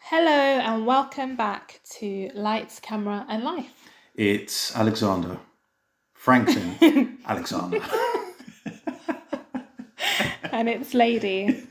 Hello and welcome back to Lights, Camera and Life. It's Alexander. Franklin Alexander. and it's Lady.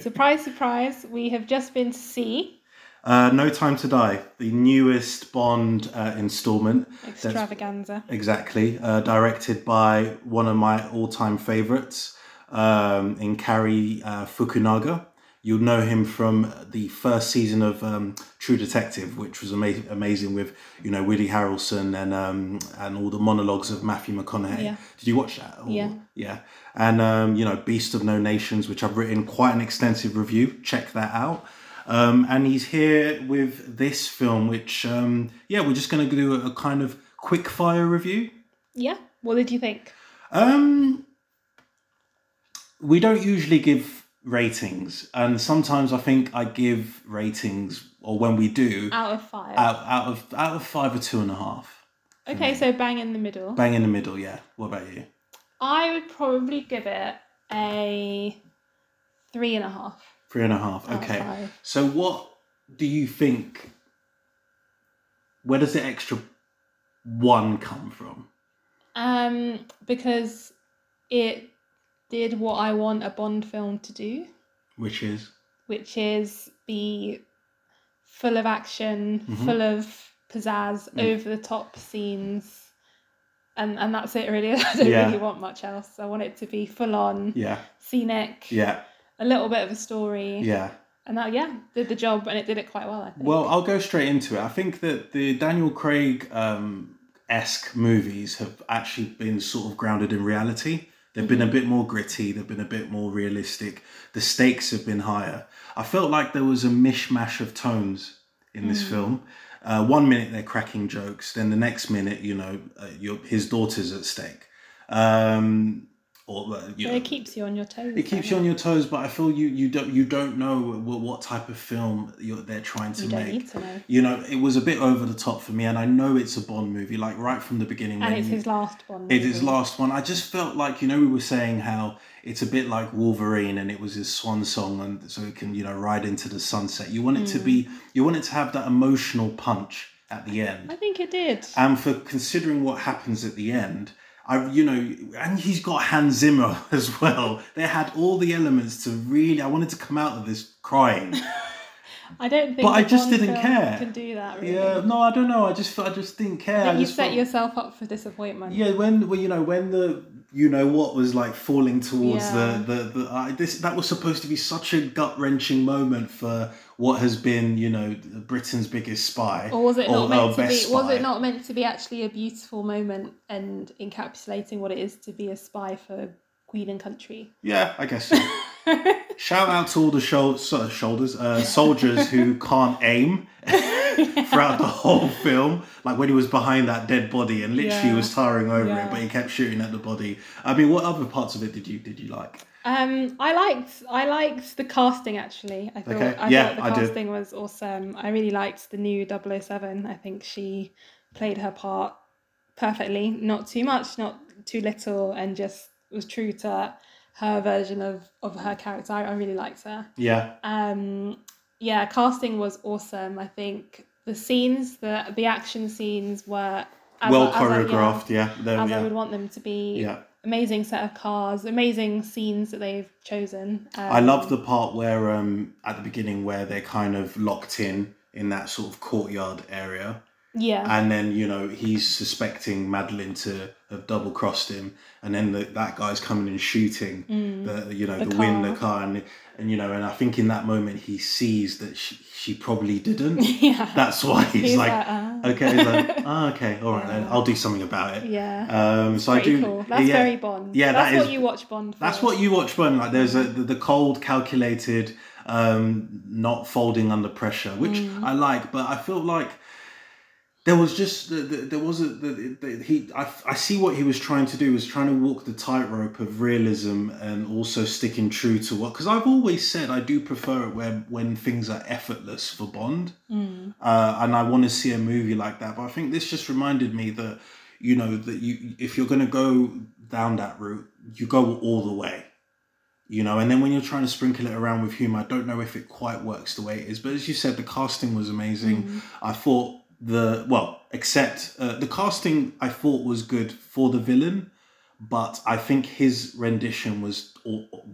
surprise, surprise, we have just been to see Uh, no Time to Die, the newest Bond uh, installment. Extravaganza. Exactly. Uh, directed by one of my all time favorites, um, in Kari uh, Fukunaga. You'll know him from the first season of um, True Detective, which was ama- amazing with you know Woody Harrelson and um, and all the monologues of Matthew McConaughey. Yeah. Did you watch that? Or- Yeah. Yeah. And um, you know Beast of No Nations, which I've written quite an extensive review. Check that out. Um, and he's here with this film, which um, yeah, we're just going to do a, a kind of quick fire review. Yeah. What did you think? Um, we don't usually give ratings, and sometimes I think I give ratings, or when we do, Out of five. out, out of out of five or two and a half, okay, so bang in the middle. bang in the middle. Yeah. What about you? I would probably give it a three and a half. Three and a half. out of Okay. five. So what do you think? Where does the extra one come from? Um, because it did what I want a Bond film to do. Which is which is the full of action, Mhm. full of pizzazz, Mm. over the top scenes. And and that's it really. I don't Yeah. really want much else. I want it to be full on, yeah, scenic, yeah, a little bit of a story. yeah. And that yeah, did the job and it did it quite well, I think. Well, I'll go straight into it. I think that the Daniel Craig um, esque movies have actually been sort of grounded in reality. They've Mm-hmm. been a bit more gritty. They've been a bit more realistic. The stakes have been higher. I felt like there was a mishmash of tones in this Mm. film. Uh, one minute they're cracking jokes, then the next minute, you know, uh, your, his daughter's at stake. Um, or uh, you so know, it keeps you on your toes. it keeps doesn't you on your toes, but I feel you you don't you don't know what, what type of film you're, they're trying to You make don't need to know. you know, it was a bit over the top for me, and I know it's a Bond movie, like right from the beginning. And when it's you- his last one. it is maybe. last one. I just felt like you know we were saying how it's a bit like Wolverine, and it was his swan song, and so it can you know ride into the sunset. You want it to Mm. be, you want it to have that emotional punch at the end I think it did. and for considering what happens at the end i you know and he's got hans zimmer as well they had all the elements to really i wanted to come out of this crying I don't think but I the just Bond didn't film care. can do that really. yeah no i don't know i just i just didn't care I think I you just set felt- yourself up for disappointment. yeah when well, you know when the you know what was like falling towards Yeah. the the, the I this that was supposed to be such a gut wrenching moment for what has been you know Britain's biggest spy Or was it not or meant to be? best Was spy. it not meant to be actually a beautiful moment and encapsulating what it is to be a spy for Queen and country? yeah I guess so. Shout out to all the shou- so- shoulders uh, soldiers who can't aim throughout the whole film. Like when he was behind that dead body and literally Yeah. was towering over Yeah. it, but he kept shooting at the body. I mean, what other parts of it did you did you like? um, I liked I liked the casting actually. I thought Okay. I Yeah, thought the I did. casting was awesome. I really liked the new 007. I think she played her part perfectly, not too much, not too little, and just was true to her version of of her character. I, I really liked her. Yeah, um yeah casting was awesome i think the scenes the the action scenes were as well I- as I- yeah, choreographed. yeah, as, there, I, yeah. would want them to be yeah. amazing set of cars amazing scenes that they've chosen um, I love the part where um at the beginning where they're kind of locked in in that sort of courtyard area. yeah and then you know he's suspecting Madeline to have double crossed him, and then the, that guy's coming and shooting Mm. the you know The the, win car. the car, and and you know, and I think in that moment he sees that she she probably didn't. yeah That's why he's, like, ah. okay, he's like, ah, okay, all right, then Yeah. I'll do something about it. yeah Um, so I Pretty do. cool. That's yeah. very Bond. Yeah, that's that what is- you watch Bond. For. That's what you watch when like there's a the, the cold, calculated, um, not folding under pressure, which I like. But I feel like there was just the, the, there was a the, the, he I, I see what he was trying to do was trying to walk the tightrope of realism and also sticking true to what because I've always said I do prefer it where when things are effortless for Bond Mm. uh, and I want to see a movie like that. But I think this just reminded me that you know that you if you're going to go down that route, you go all the way. you know and then when you're trying to sprinkle it around with humor i don't know if it quite works the way it is but as you said the casting was amazing i thought the well except uh, the casting i thought was good for the villain but i think his rendition was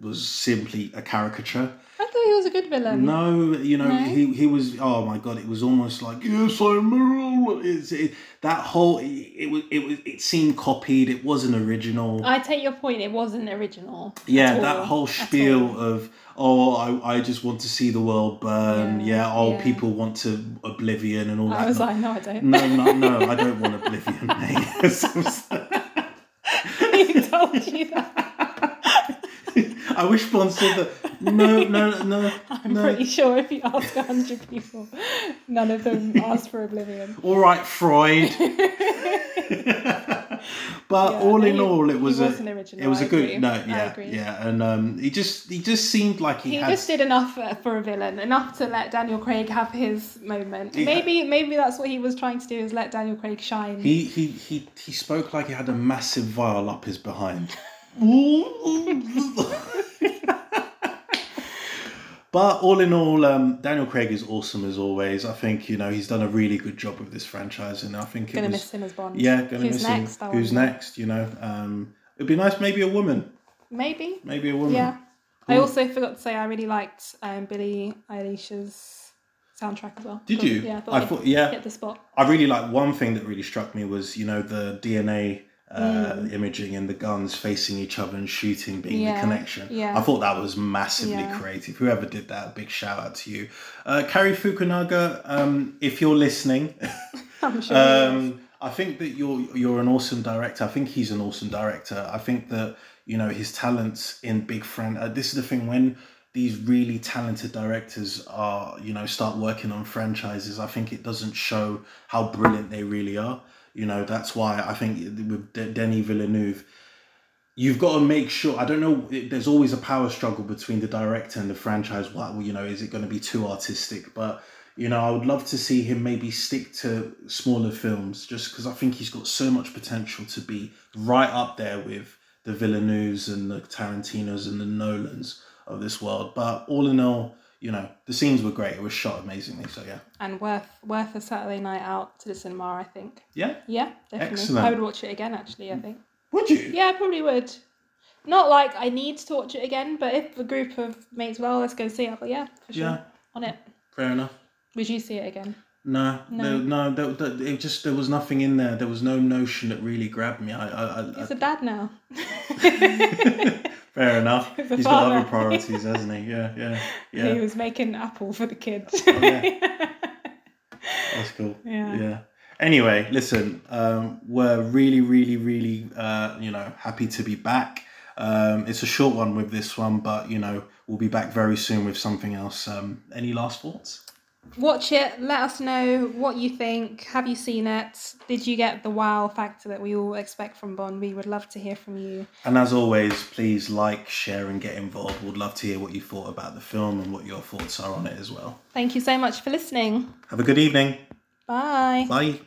was simply a caricature I thought he was a good villain. no, you know, No? he he was. Oh my god, it was almost like yes, I'm real." It's, it, that whole it, it was it was it seemed copied. It wasn't original. I take your point. It wasn't original. yeah, Oh, all, that whole at spiel all. of oh, I, I just want to see the world burn. Yeah, Yeah, oh, yeah. people want to oblivion and all that. I was no, like, no, I don't. no, no, no, I don't want oblivion, mate. he told you that. I wish Bond said that. No, no, no, I'm no. pretty sure if you ask a hundred people, none of them asked for Oblivion. all right, Freud. but Yeah, all no, in he- all, it he was a wasn't original, it was I a good agree. no, I yeah, agree. yeah, and um, he just he just seemed like he, He had just did enough uh, for a villain, enough to let Daniel Craig have his moment. He- Maybe, maybe that's what he was trying to do is let Daniel Craig shine. He he he he spoke like he had a massive vial up his behind. but all in all, um, Daniel Craig is awesome as always. I think you know he's done a really good job with this franchise, and I think it gonna was, miss him as Bond. Yeah, gonna Who's miss next, I him. Who's wonder? next? You know, um, it'd be nice maybe a woman, Maybe. maybe a woman. Yeah. I Cool. also forgot to say I really liked um, Billie Eilish's soundtrack as well. Did Thought- you? Yeah, I I thought, thought yeah. I'd hit the spot. I really like one thing that really struck me was you know the DNA uh, imaging and the guns facing each other and shooting being Mm. Yeah, the connection. yeah. I thought that was massively Yeah. creative. Whoever did that, big shout out to you, uh, Carrie Fukunaga. Um, if you're listening, I'm sure. um, I think that you're you're an awesome director. I think he's an awesome director. I think that you know his talents in Big Friend. Uh, this is the thing when these really talented directors are you know start working on franchises. I think it doesn't show how brilliant they really are. You know that's why I think with De- Denis Villeneuve. You've got to make sure. I don't know. it- There's always a power struggle between the director and the franchise. What well, you know, is it going to be too artistic? But you know, I would love to see him maybe stick to smaller films just because I think he's got so much potential to be right up there with the Villeneuves and the Tarantinos and the Nolans of this world. But all in all, you know, the scenes were great. It was shot amazingly. So, yeah. and worth worth a Saturday night out to the cinema, I think. Yeah. Yeah, definitely. Excellent. I would watch it again actually, I think. Would you? Yeah, I probably would. Not like I need to watch it again, but if a group of mates, well, let's go see it. But yeah, for sure. Yeah. On it. Fair enough. Would you see it again? No, No. no, no. That, that, it just there was nothing in there. There was no notion that really grabbed me. I, I, I, I He's a dad now. fair enough. He's a He's got father. other priorities, hasn't he? Yeah, yeah, He yeah. Oh, was making apple for the kids. That's cool. Yeah. Yeah. Anyway, listen, um, we're really, really, really, uh, you know, happy to be back. Um, it's a short one with this one, but you know, we'll be back very soon with something else. Um, any last thoughts? Watch it. Let us know what you think. Have you seen it? Did you get the wow factor that we all expect from Bond? We would love to hear from you. And as always, please like, share, and get involved. We'd love to hear what you thought about the film and what your thoughts are on it as well. Thank you so much for listening. Have a good evening. Bye. Bye.